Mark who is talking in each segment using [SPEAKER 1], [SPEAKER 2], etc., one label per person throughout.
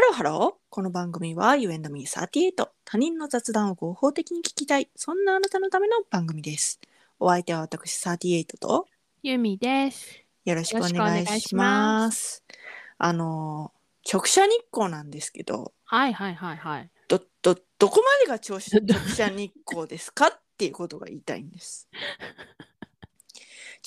[SPEAKER 1] ロハロー。この番組は You and me38。他人の雑談を合法的に聞きたい。そんなあなたのための番組です。お相手は私38と
[SPEAKER 2] ゆみです。
[SPEAKER 1] よろしくお
[SPEAKER 2] よろしくお願
[SPEAKER 1] 願い
[SPEAKER 2] いします
[SPEAKER 1] します。あのー、直射日光なんですけど、
[SPEAKER 2] はいはいはいはい。
[SPEAKER 1] ど、ど、どこまでが調 子直射日光ですかっていうことが言いたいんです。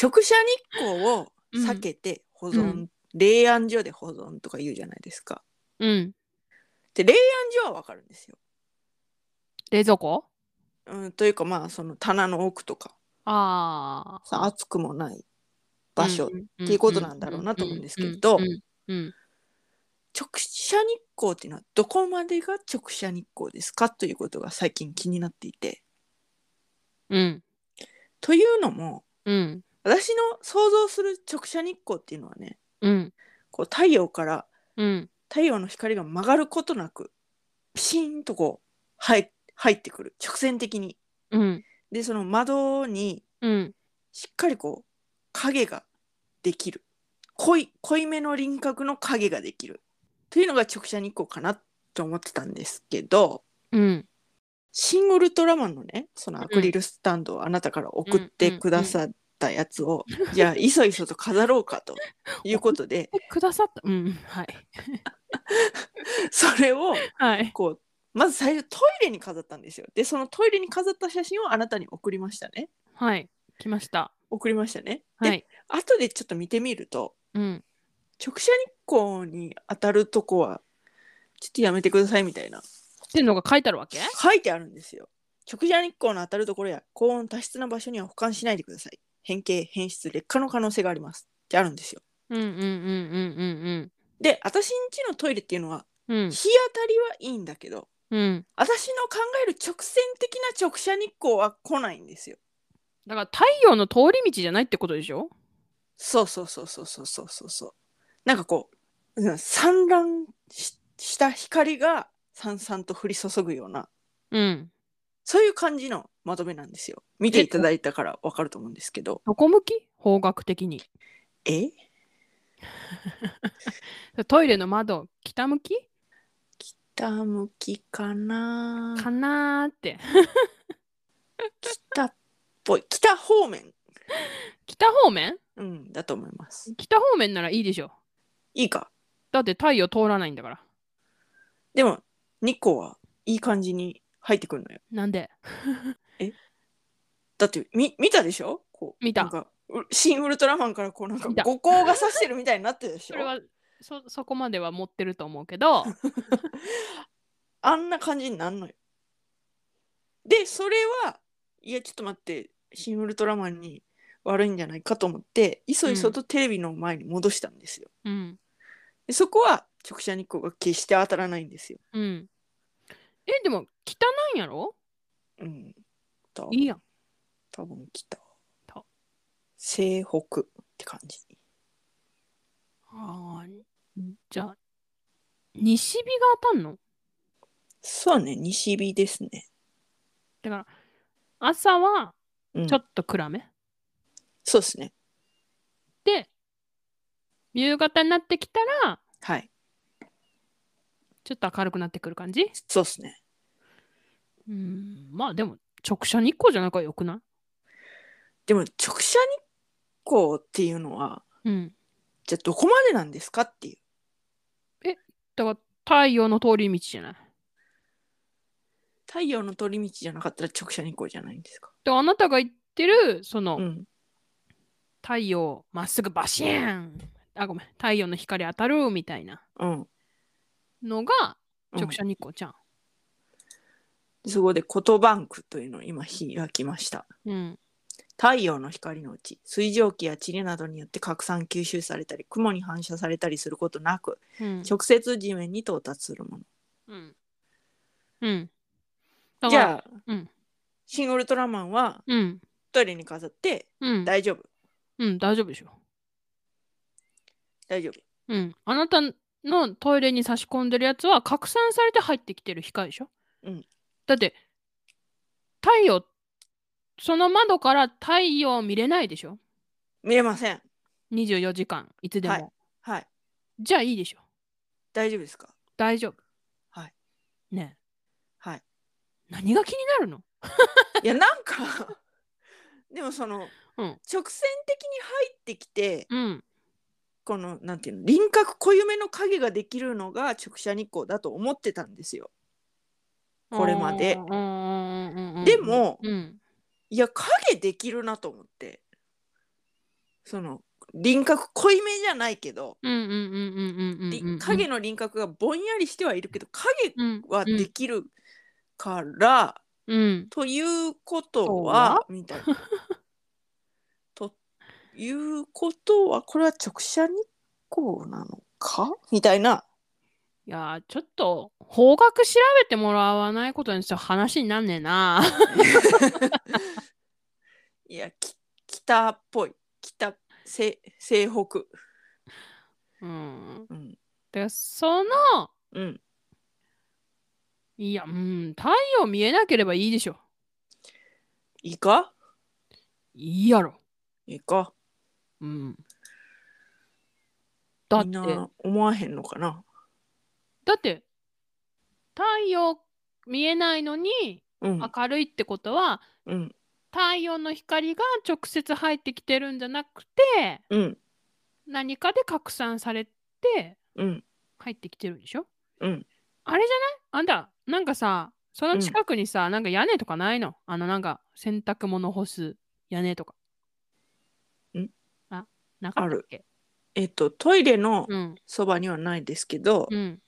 [SPEAKER 1] 直射日光を避けて保存、
[SPEAKER 2] うん
[SPEAKER 1] 冷暗所で保存とか言うじゃないですか。
[SPEAKER 2] うん。
[SPEAKER 1] で冷暗所はわかるんですよ。
[SPEAKER 2] 冷蔵庫
[SPEAKER 1] うん、というかまあその棚の奥とか
[SPEAKER 2] ああ。
[SPEAKER 1] さ暑くもない場所、
[SPEAKER 2] って
[SPEAKER 1] いうことなんだろうなと思うんですけど
[SPEAKER 2] うん。うん
[SPEAKER 1] 直射日光っていうのはどこまでが直射日光ですかということが最近気になっていて
[SPEAKER 2] うん。
[SPEAKER 1] というのも
[SPEAKER 2] うん。
[SPEAKER 1] 私の想像する直射日光っていうのはね
[SPEAKER 2] うん。
[SPEAKER 1] こう太陽から
[SPEAKER 2] うん。
[SPEAKER 1] 太陽の光が曲がることなくピシーンとこう入入ってくる直線的に
[SPEAKER 2] うん。
[SPEAKER 1] でその窓に
[SPEAKER 2] うん。
[SPEAKER 1] しっかりこう影ができる濃い濃いめの輪郭の影ができるというのが直射日光かなと思ってたんですけど
[SPEAKER 2] うん。
[SPEAKER 1] 「シン・ウルトラマン」のねそのアクリルスタンドをあなたから送ってくださったやつを、じゃあいそいそと飾ろうかということで
[SPEAKER 2] え、くださった。うん。はい。
[SPEAKER 1] それを
[SPEAKER 2] はい。
[SPEAKER 1] こうまず最初トイレに飾ったんですよ。でそのトイレに飾った写真をあなたに送りましたね。
[SPEAKER 2] はい。来ました。
[SPEAKER 1] 送りましたね。
[SPEAKER 2] は
[SPEAKER 1] で
[SPEAKER 2] い。
[SPEAKER 1] 後でちょっと見てみると
[SPEAKER 2] うん。
[SPEAKER 1] 直射日光に当たるとこはちょっとやめてくださいみたいな
[SPEAKER 2] っていうのが書いてあるわけ
[SPEAKER 1] 書いてあるんですよ直射日光の当たるところや高温多湿な場所には保管しないでください変形変質劣化の可能性がありますってあるんですよ
[SPEAKER 2] うんうんうんうん
[SPEAKER 1] で私んちのトイレっていうのは
[SPEAKER 2] うんうん。うん
[SPEAKER 1] 日当たりはいいんだけど
[SPEAKER 2] うん。
[SPEAKER 1] 私の考える直線的な直射日光は来ないんですよ
[SPEAKER 2] だから太陽の通り道じゃないってことでしょ
[SPEAKER 1] そうそうそうそうそうそうそうそうなんかこううん散乱しした光がさんさんと降り注ぐような
[SPEAKER 2] うん。
[SPEAKER 1] そういう感じのまとめなんですよ。見ていただいたからわかると思うんですけど。
[SPEAKER 2] どこ向き方角的に。
[SPEAKER 1] え
[SPEAKER 2] トイレの窓、北向き
[SPEAKER 1] 北向きかな
[SPEAKER 2] かなーって。
[SPEAKER 1] 北っぽい。北方面。
[SPEAKER 2] 北方面
[SPEAKER 1] うん、だと思います。
[SPEAKER 2] 北方面ならいいでしょ。
[SPEAKER 1] いいか。
[SPEAKER 2] だって太陽通らないんだから。
[SPEAKER 1] でも、日光はいい感じに入ってくるのよ。
[SPEAKER 2] なんで
[SPEAKER 1] だって、み、見たでしょこう。
[SPEAKER 2] 見た
[SPEAKER 1] なんか、うシン・ウルトラマンからこうなんか
[SPEAKER 2] 見た
[SPEAKER 1] 五光が差してるみたいになってるでし
[SPEAKER 2] そ
[SPEAKER 1] ょ
[SPEAKER 2] れはそそこまでは持ってると思う けど
[SPEAKER 1] あんな感じになんのよ。で、それは、いや、ちょっと待って、シン・ウルトラマンに悪いんじゃないかと思って、いそいそとテレビの前に戻したんですよ。
[SPEAKER 2] うん
[SPEAKER 1] でそこは直射日光が決して当たらないんですよ。
[SPEAKER 2] うんえでも北なんやろ
[SPEAKER 1] うん。と
[SPEAKER 2] いいやん
[SPEAKER 1] 多分北
[SPEAKER 2] と。
[SPEAKER 1] 西北って感じ。
[SPEAKER 2] あーじゃあ西日が当たんの
[SPEAKER 1] そうね、西日ですね。
[SPEAKER 2] だから朝は
[SPEAKER 1] うん、
[SPEAKER 2] ちょっと暗め、
[SPEAKER 1] そうですね。
[SPEAKER 2] で夕方になってきたら
[SPEAKER 1] はい。
[SPEAKER 2] ちょっと明るくなってくる感じ
[SPEAKER 1] そうですね。
[SPEAKER 2] うんまあでも直射日光じゃないからよくな
[SPEAKER 1] でも直射日光っていうのは、
[SPEAKER 2] いうん
[SPEAKER 1] じゃあどこまでなんですかっていう。
[SPEAKER 2] だから太陽の通り道じゃない
[SPEAKER 1] 太陽の通り道じゃなかったら直射日光じゃないんですか。
[SPEAKER 2] であなたが言ってるその、
[SPEAKER 1] うん。
[SPEAKER 2] 太陽まっすぐバシーンあごめん太陽の光当たるみたいな
[SPEAKER 1] うん。
[SPEAKER 2] のが
[SPEAKER 1] うん
[SPEAKER 2] 直射日光ちゃん、
[SPEAKER 1] そこで言葉ンクというのを今開きました。
[SPEAKER 2] うん
[SPEAKER 1] 太陽の光のうち水蒸気や塵などによって拡散吸収されたり雲に反射されたりすることなく
[SPEAKER 2] うん
[SPEAKER 1] 直接地面に到達するも
[SPEAKER 2] うんうん
[SPEAKER 1] の
[SPEAKER 2] だ
[SPEAKER 1] じ
[SPEAKER 2] から
[SPEAKER 1] ゃあ、
[SPEAKER 2] うん
[SPEAKER 1] シン・ウルトラマンは
[SPEAKER 2] うん
[SPEAKER 1] トイレに飾って
[SPEAKER 2] うん
[SPEAKER 1] 大丈夫
[SPEAKER 2] うん大丈夫でしょ
[SPEAKER 1] 大丈夫
[SPEAKER 2] うんあなたのトイレに差し込んでるやつは拡散されて入ってきてる光でしょ、
[SPEAKER 1] うん、
[SPEAKER 2] だって太陽その窓から太陽見れないでしょ
[SPEAKER 1] 見れません
[SPEAKER 2] 24時間いつでも、
[SPEAKER 1] はい
[SPEAKER 2] じゃあいいでしょ
[SPEAKER 1] 大丈夫ですか
[SPEAKER 2] 大丈夫。
[SPEAKER 1] はい。
[SPEAKER 2] ね
[SPEAKER 1] はい。
[SPEAKER 2] え何が気になるの
[SPEAKER 1] いやなんか でもその、
[SPEAKER 2] うん
[SPEAKER 1] 直線的に入ってきて
[SPEAKER 2] うん。
[SPEAKER 1] このなんていうの輪郭濃ゆめの影ができるのが直射日光だと思ってたんですよ。これまで
[SPEAKER 2] うんうんうんうん
[SPEAKER 1] でも
[SPEAKER 2] うん。
[SPEAKER 1] いや影できるなと思ってその輪郭濃いめじゃないけど、
[SPEAKER 2] うんうんうんうんうんうん
[SPEAKER 1] り
[SPEAKER 2] うん。
[SPEAKER 1] 影の輪郭がぼんやりしてはいるけど影
[SPEAKER 2] うん
[SPEAKER 1] はできるから、
[SPEAKER 2] うん。
[SPEAKER 1] ということ
[SPEAKER 2] と
[SPEAKER 1] はみたいな。 ということはこれは直射日光なのかみたいない
[SPEAKER 2] やーちょっと方角調べてもらわないことにしては話になんねえな。
[SPEAKER 1] いやき北っぽい北西西北
[SPEAKER 2] うん。
[SPEAKER 1] うん
[SPEAKER 2] でその
[SPEAKER 1] うん
[SPEAKER 2] いやうん太陽見えなければいいでしょ。
[SPEAKER 1] いいか
[SPEAKER 2] いいやろ。
[SPEAKER 1] いいか
[SPEAKER 2] うん。だっ
[SPEAKER 1] み
[SPEAKER 2] て
[SPEAKER 1] ん
[SPEAKER 2] だ
[SPEAKER 1] な思わへんのかな
[SPEAKER 2] って太陽見えないのに
[SPEAKER 1] うん
[SPEAKER 2] 明るいってことは、
[SPEAKER 1] うん
[SPEAKER 2] 太陽の光が直接入ってきてるんじゃなくて
[SPEAKER 1] うん
[SPEAKER 2] 何かで拡散されて
[SPEAKER 1] うん
[SPEAKER 2] 入ってきてるんでしょ
[SPEAKER 1] うん
[SPEAKER 2] あれじゃないあんたなんかさその近くにさ、なんか屋根とかないのあのなんか洗濯物干す屋根とか。
[SPEAKER 1] ん
[SPEAKER 2] あなかったっけ
[SPEAKER 1] えっとトイレの
[SPEAKER 2] うん
[SPEAKER 1] そばにはないですけど、
[SPEAKER 2] うん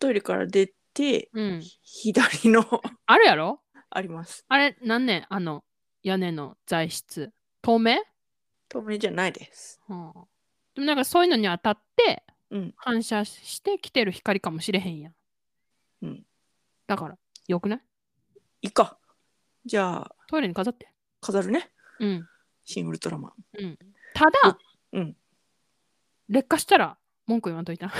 [SPEAKER 1] トイレから出て
[SPEAKER 2] うん。
[SPEAKER 1] 左の
[SPEAKER 2] あるやろ
[SPEAKER 1] あります
[SPEAKER 2] あれ何年あの屋根の材質透明、
[SPEAKER 1] 透明じゃないです
[SPEAKER 2] うん、でもなんかそういうのに当たって
[SPEAKER 1] うん
[SPEAKER 2] 反射して来てる光かもしれへんやん。
[SPEAKER 1] うん
[SPEAKER 2] だからよくない
[SPEAKER 1] いいかじゃあ
[SPEAKER 2] トイレに飾って。
[SPEAKER 1] 飾るね
[SPEAKER 2] うん。
[SPEAKER 1] 新ウルトラマン。
[SPEAKER 2] ただ、
[SPEAKER 1] うん
[SPEAKER 2] 劣化したら文句言わんといた。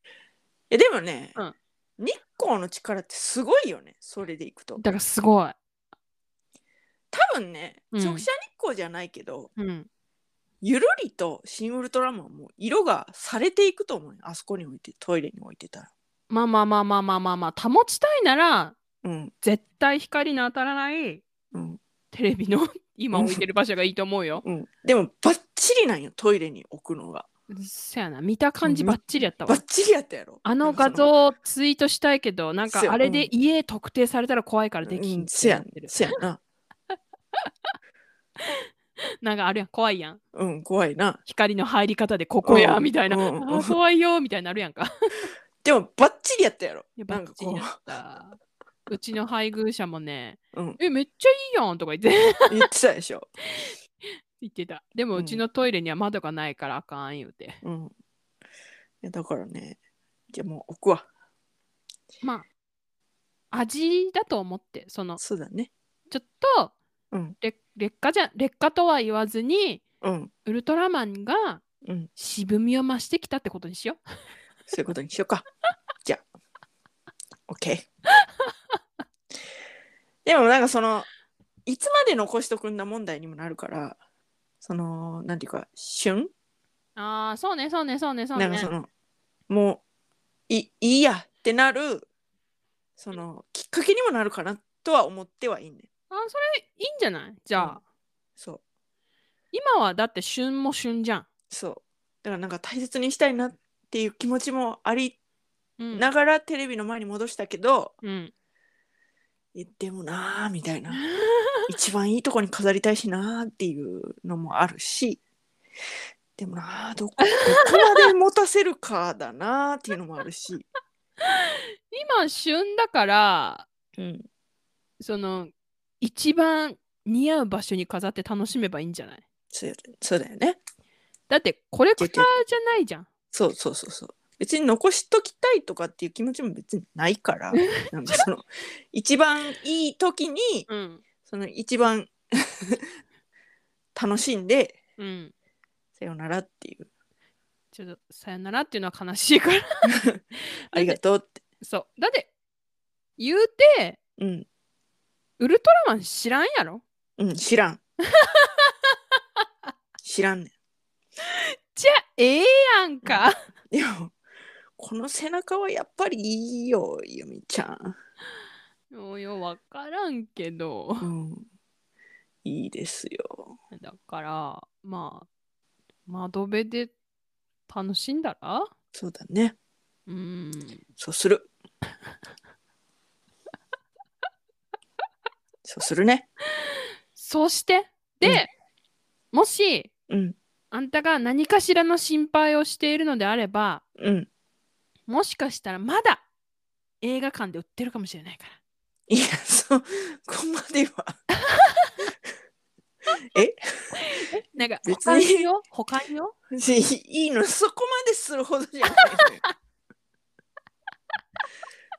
[SPEAKER 1] えでもね、
[SPEAKER 2] うん
[SPEAKER 1] 日光の力ってすごいよねそれでいくと
[SPEAKER 2] だからすごい。
[SPEAKER 1] 多分ね
[SPEAKER 2] うん
[SPEAKER 1] 直射日光じゃないけど、
[SPEAKER 2] うん。
[SPEAKER 1] ゆるりと新ウルトラマンも色がされていくと思うよあそこに置いてトイレに置いてたら。
[SPEAKER 2] まあまあまあまあまあまあまあ、保ちたいなら、
[SPEAKER 1] うん
[SPEAKER 2] 絶対光の当たらない
[SPEAKER 1] うん
[SPEAKER 2] テレ ビの今置いてる場所がいいと思うよ。
[SPEAKER 1] うん、でもバッチリなんよトイレに置くのが
[SPEAKER 2] せやな、見た感じ
[SPEAKER 1] うん
[SPEAKER 2] ばっちりやった
[SPEAKER 1] バ
[SPEAKER 2] わ
[SPEAKER 1] ッ。チリやったやろ
[SPEAKER 2] あの画
[SPEAKER 1] なんか
[SPEAKER 2] 像をツイートしたいけど、なんか
[SPEAKER 1] せや
[SPEAKER 2] あれで家特定されたら怖いから
[SPEAKER 1] その
[SPEAKER 2] でき
[SPEAKER 1] うんんせやん
[SPEAKER 2] ってなってる
[SPEAKER 1] せやな
[SPEAKER 2] なんかあるやん、怖いやん。
[SPEAKER 1] うん怖い な
[SPEAKER 2] 光の入り方でここや、
[SPEAKER 1] うん
[SPEAKER 2] みたいな。
[SPEAKER 1] うんうん
[SPEAKER 2] あー怖いよ、みたいになるやんか。
[SPEAKER 1] でもバッチリやったやろ
[SPEAKER 2] いや
[SPEAKER 1] な
[SPEAKER 2] バ
[SPEAKER 1] ん
[SPEAKER 2] ッ
[SPEAKER 1] か
[SPEAKER 2] チリ
[SPEAKER 1] こ
[SPEAKER 2] やった。うちの配偶者もね、
[SPEAKER 1] う、うん、
[SPEAKER 2] え、めっちゃいいやんとか言って
[SPEAKER 1] 言ってたでしょ、
[SPEAKER 2] 言ってた。でも
[SPEAKER 1] うん
[SPEAKER 2] うちのトイレには窓がないからあかん言うて。
[SPEAKER 1] うん、いやだからねじゃあもう置くわ
[SPEAKER 2] まあ、味だと思って、その、
[SPEAKER 1] そうだね
[SPEAKER 2] ちょっと、
[SPEAKER 1] うん
[SPEAKER 2] 劣劣化じゃ、劣化とは言わずに、
[SPEAKER 1] うん
[SPEAKER 2] ウルトラマンが
[SPEAKER 1] うん
[SPEAKER 2] 渋みを増してきたってことにしよう。
[SPEAKER 1] そういうことにしようか。じゃあ、OK。でもなんかその、いつまで残しとくんだ問題にもなるから、その、なんていうか、旬
[SPEAKER 2] ああ、そうね、そうね、そうね、そう
[SPEAKER 1] なんか
[SPEAKER 2] ね
[SPEAKER 1] そ。の、もう、いいいやってなる、その、きっかけにもなるかなとは思ってはいいね。
[SPEAKER 2] あーそれいいんじゃないじゃあ、
[SPEAKER 1] うんそう、
[SPEAKER 2] 今はだって旬も旬じゃん。
[SPEAKER 1] そう。だからなんか大切にしたいなっていう気持ちもあり
[SPEAKER 2] うん。
[SPEAKER 1] ながらテレビの前に戻したけど、
[SPEAKER 2] うん、
[SPEAKER 1] えでもなーみたいな。一番いいとこに飾りたいしなーっていうのもあるしでもなーどこどこまで持たせるかだなーっていうのもあるし、
[SPEAKER 2] 今旬だから
[SPEAKER 1] うん、
[SPEAKER 2] その一番似合う場所に飾って楽しめばいいんじゃない
[SPEAKER 1] そうやそうだよね
[SPEAKER 2] だってコレクターじゃないじゃん。
[SPEAKER 1] そうそうそうそう別に残しときたいとかっていう気持ちも別にないから なんかその一番いい時に
[SPEAKER 2] うん。
[SPEAKER 1] その一番 楽しんで
[SPEAKER 2] うん。
[SPEAKER 1] さよならっていう
[SPEAKER 2] ちょっとさよならっていうのは悲しいから。
[SPEAKER 1] ありがとうって
[SPEAKER 2] そう。だって言うて
[SPEAKER 1] うん
[SPEAKER 2] ウルトラマン知らんやろ
[SPEAKER 1] うん知 らん知らんねん
[SPEAKER 2] じゃあええやんか。
[SPEAKER 1] でもこの背中はやっぱりいいよ、ゆみちゃん。
[SPEAKER 2] よよ、わからんけど。
[SPEAKER 1] うん。いいですよ。
[SPEAKER 2] だから、まあ、窓辺で楽しんだら
[SPEAKER 1] そうだね。
[SPEAKER 2] うん。
[SPEAKER 1] そうする。そうするね。
[SPEAKER 2] そして、で、もし、
[SPEAKER 1] うん。
[SPEAKER 2] あんたが何かしらの心配をしているのであれば、
[SPEAKER 1] うん。
[SPEAKER 2] もしかしたらまだ映画館で売ってるかもしれないから。
[SPEAKER 1] いや、そこまでは。え
[SPEAKER 2] なんか、
[SPEAKER 1] 別
[SPEAKER 2] 他
[SPEAKER 1] に
[SPEAKER 2] によ他によ
[SPEAKER 1] いいいのそこまでするほどじゃないのよ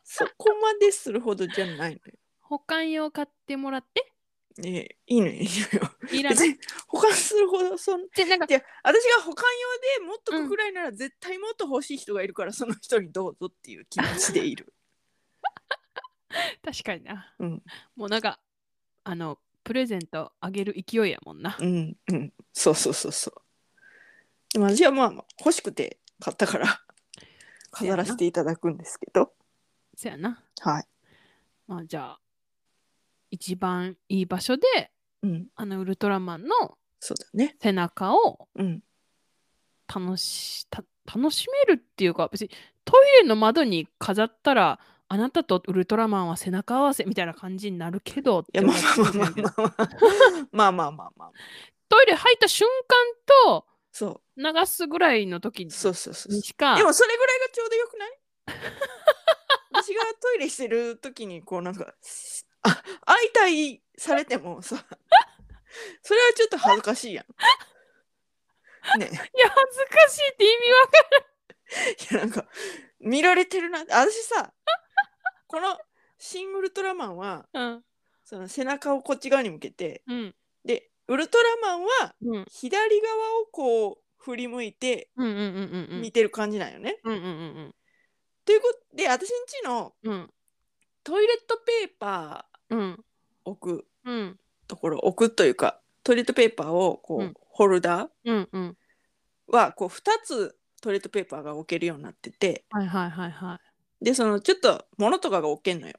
[SPEAKER 1] そこまでするほどじゃないのよ
[SPEAKER 2] 保管用買ってもらって
[SPEAKER 1] ねえいいのよいいのよ
[SPEAKER 2] いらな
[SPEAKER 1] 別
[SPEAKER 2] い。
[SPEAKER 1] に保管するほどそん
[SPEAKER 2] でなんか
[SPEAKER 1] いや私が保管用で持っとくくらいなら絶対もっと欲しい人がいるからその人にどうぞっていう気持ちでいる
[SPEAKER 2] 確かにな、
[SPEAKER 1] うん
[SPEAKER 2] もうなんかあのプレゼントあげる勢いやもんな
[SPEAKER 1] うんうんそうそうそうそうでも私はまあ欲しくて買ったから飾らせていただくんですけど
[SPEAKER 2] そやな
[SPEAKER 1] はい
[SPEAKER 2] まあじゃあ一番いい場所で
[SPEAKER 1] うん
[SPEAKER 2] あのウルトラマンの
[SPEAKER 1] そうだね
[SPEAKER 2] 背中を
[SPEAKER 1] うん
[SPEAKER 2] 楽した楽しめるっていうか別にトイレの窓に飾ったらあなたとウルトラマンは背中合わせみたいな感じになるけどっ
[SPEAKER 1] い
[SPEAKER 2] て
[SPEAKER 1] や
[SPEAKER 2] 思
[SPEAKER 1] ま
[SPEAKER 2] っ
[SPEAKER 1] あ
[SPEAKER 2] て
[SPEAKER 1] まあ
[SPEAKER 2] るん
[SPEAKER 1] ま
[SPEAKER 2] だ
[SPEAKER 1] あ
[SPEAKER 2] け
[SPEAKER 1] ま
[SPEAKER 2] ど
[SPEAKER 1] あまあまあまあまあまあ
[SPEAKER 2] トイレ入った瞬間と
[SPEAKER 1] そ
[SPEAKER 2] 流すぐらいの時
[SPEAKER 1] う
[SPEAKER 2] に
[SPEAKER 1] そうそうそう
[SPEAKER 2] しか
[SPEAKER 1] でもそれぐらいがちょうどよくない 私がトイレしてる時にこうなんかあ相対されてもさ それはちょっと恥ずかしいやん。ね
[SPEAKER 2] いや恥ずかしいって意味わか
[SPEAKER 1] いやなんか見られてるな私さこの「シン・ウルトラマンは」
[SPEAKER 2] うん
[SPEAKER 1] その背中をこっち側に向けて
[SPEAKER 2] うん
[SPEAKER 1] でウルトラマンは
[SPEAKER 2] うん
[SPEAKER 1] 左側をこう振り向いて
[SPEAKER 2] うんうんうんうんうん
[SPEAKER 1] 見てる感じなんよね。
[SPEAKER 2] うんうん
[SPEAKER 1] ということで私んちの
[SPEAKER 2] うんうん
[SPEAKER 1] トイレットペーパ
[SPEAKER 2] うん
[SPEAKER 1] ー置く
[SPEAKER 2] うん
[SPEAKER 1] ところ置くというかトイレットペーパーをこう、
[SPEAKER 2] うん
[SPEAKER 1] ホルダー
[SPEAKER 2] うんうん
[SPEAKER 1] はこう2つトイレットペーパーが置けるようになってて
[SPEAKER 2] はいはいはいは
[SPEAKER 1] でそのちょっと物とかが置けんのよ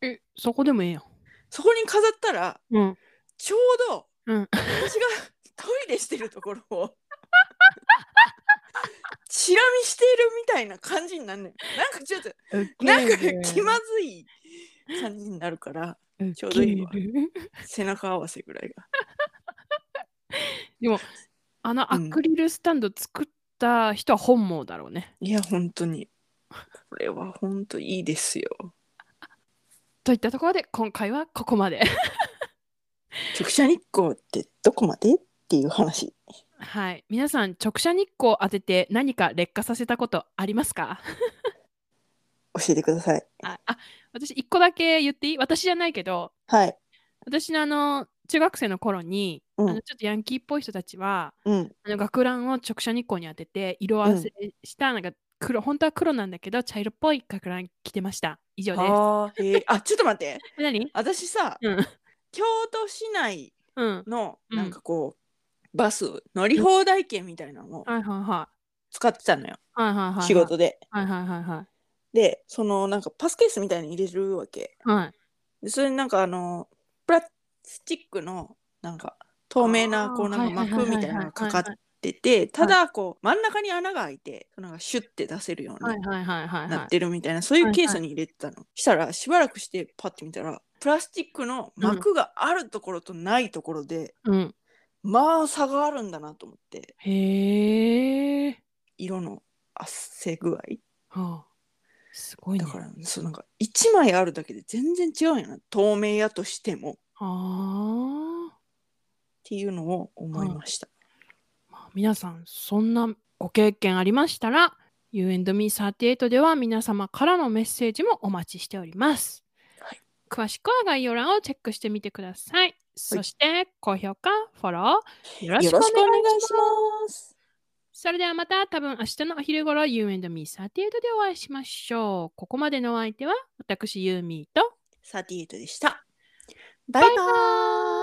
[SPEAKER 2] いえそこでもええやん
[SPEAKER 1] そこに飾ったら
[SPEAKER 2] うん
[SPEAKER 1] ちょうど、
[SPEAKER 2] うん
[SPEAKER 1] 私がトイレしてるところをチラ見しているみたいな感じになるのよなんかちょっとなんか気まずい感じになるからちょうどいいわ背中合わせぐらいが
[SPEAKER 2] あの
[SPEAKER 1] う
[SPEAKER 2] ア
[SPEAKER 1] ん
[SPEAKER 2] クリルスタンド作った人は本望だろうね、
[SPEAKER 1] いや本当にこれは本当いいですよ
[SPEAKER 2] といったところで今回はここ まで
[SPEAKER 1] 直射日光ってどこまでっていう話
[SPEAKER 2] はい皆さん直射日光を当てて何か劣化させたことありますか
[SPEAKER 1] 教えてください
[SPEAKER 2] ああ私一個だけ言っていい私じゃないけど
[SPEAKER 1] はい
[SPEAKER 2] 私のあの中学生の頃に、
[SPEAKER 1] うん
[SPEAKER 2] あのちょっとヤンキーっぽい人たちは
[SPEAKER 1] うん
[SPEAKER 2] あの学ランを直射日光に当てて色合わせしたなんか黒、本当は黒なんだけど茶色っぽい学ラン着てました以上です
[SPEAKER 1] あーへーあちょっと待って
[SPEAKER 2] え何
[SPEAKER 1] 私さ
[SPEAKER 2] うん
[SPEAKER 1] 京都市内
[SPEAKER 2] うん
[SPEAKER 1] の
[SPEAKER 2] うん
[SPEAKER 1] なんかこう、バス乗り放題券みたいなのを
[SPEAKER 2] はいはいは
[SPEAKER 1] 使ってたのよ、
[SPEAKER 2] いはいはいはい
[SPEAKER 1] 仕事で
[SPEAKER 2] はいはいはいはい
[SPEAKER 1] でそのなんかパスケースみたいに入れるわけ
[SPEAKER 2] はい
[SPEAKER 1] でそれになんかあのプラスチックのなんか透明なこうなんか膜みたいなのがかかっ
[SPEAKER 2] はい
[SPEAKER 1] ててただこう真ん中に穴が開いてなんかシュッて出せるよう
[SPEAKER 2] はい
[SPEAKER 1] に
[SPEAKER 2] はいはいはい
[SPEAKER 1] な
[SPEAKER 2] は
[SPEAKER 1] ってるみたいなそういうケースに入れてたの。したらしばらくしてパッて見たらプラスチックの膜があるところとないところで、
[SPEAKER 2] いうん
[SPEAKER 1] まあ差があるんだなと思って
[SPEAKER 2] へえ
[SPEAKER 1] 色の汗具合
[SPEAKER 2] はあすごいね
[SPEAKER 1] だからそうなんか1枚あるだけで全然違うんやな透明やとしてもっ
[SPEAKER 2] あー
[SPEAKER 1] ていうのを思いました。
[SPEAKER 2] まあ、皆さんそんなご経験ありましたら U&Me38 では皆様からのメッセージもお待ちしております、
[SPEAKER 1] はい
[SPEAKER 2] 詳しくは概要欄をチェックしてみてくださいそして、高評価フォローよろし
[SPEAKER 1] よ
[SPEAKER 2] く
[SPEAKER 1] ろ
[SPEAKER 2] お願い
[SPEAKER 1] し
[SPEAKER 2] し
[SPEAKER 1] くお願い
[SPEAKER 2] ます
[SPEAKER 1] します。
[SPEAKER 2] それではまた多分明日のお昼頃 You&Me38 でお会いしましょうここまでのお相手は私ユーミーと
[SPEAKER 1] 38でした。バイバ
[SPEAKER 2] バイバ
[SPEAKER 1] イ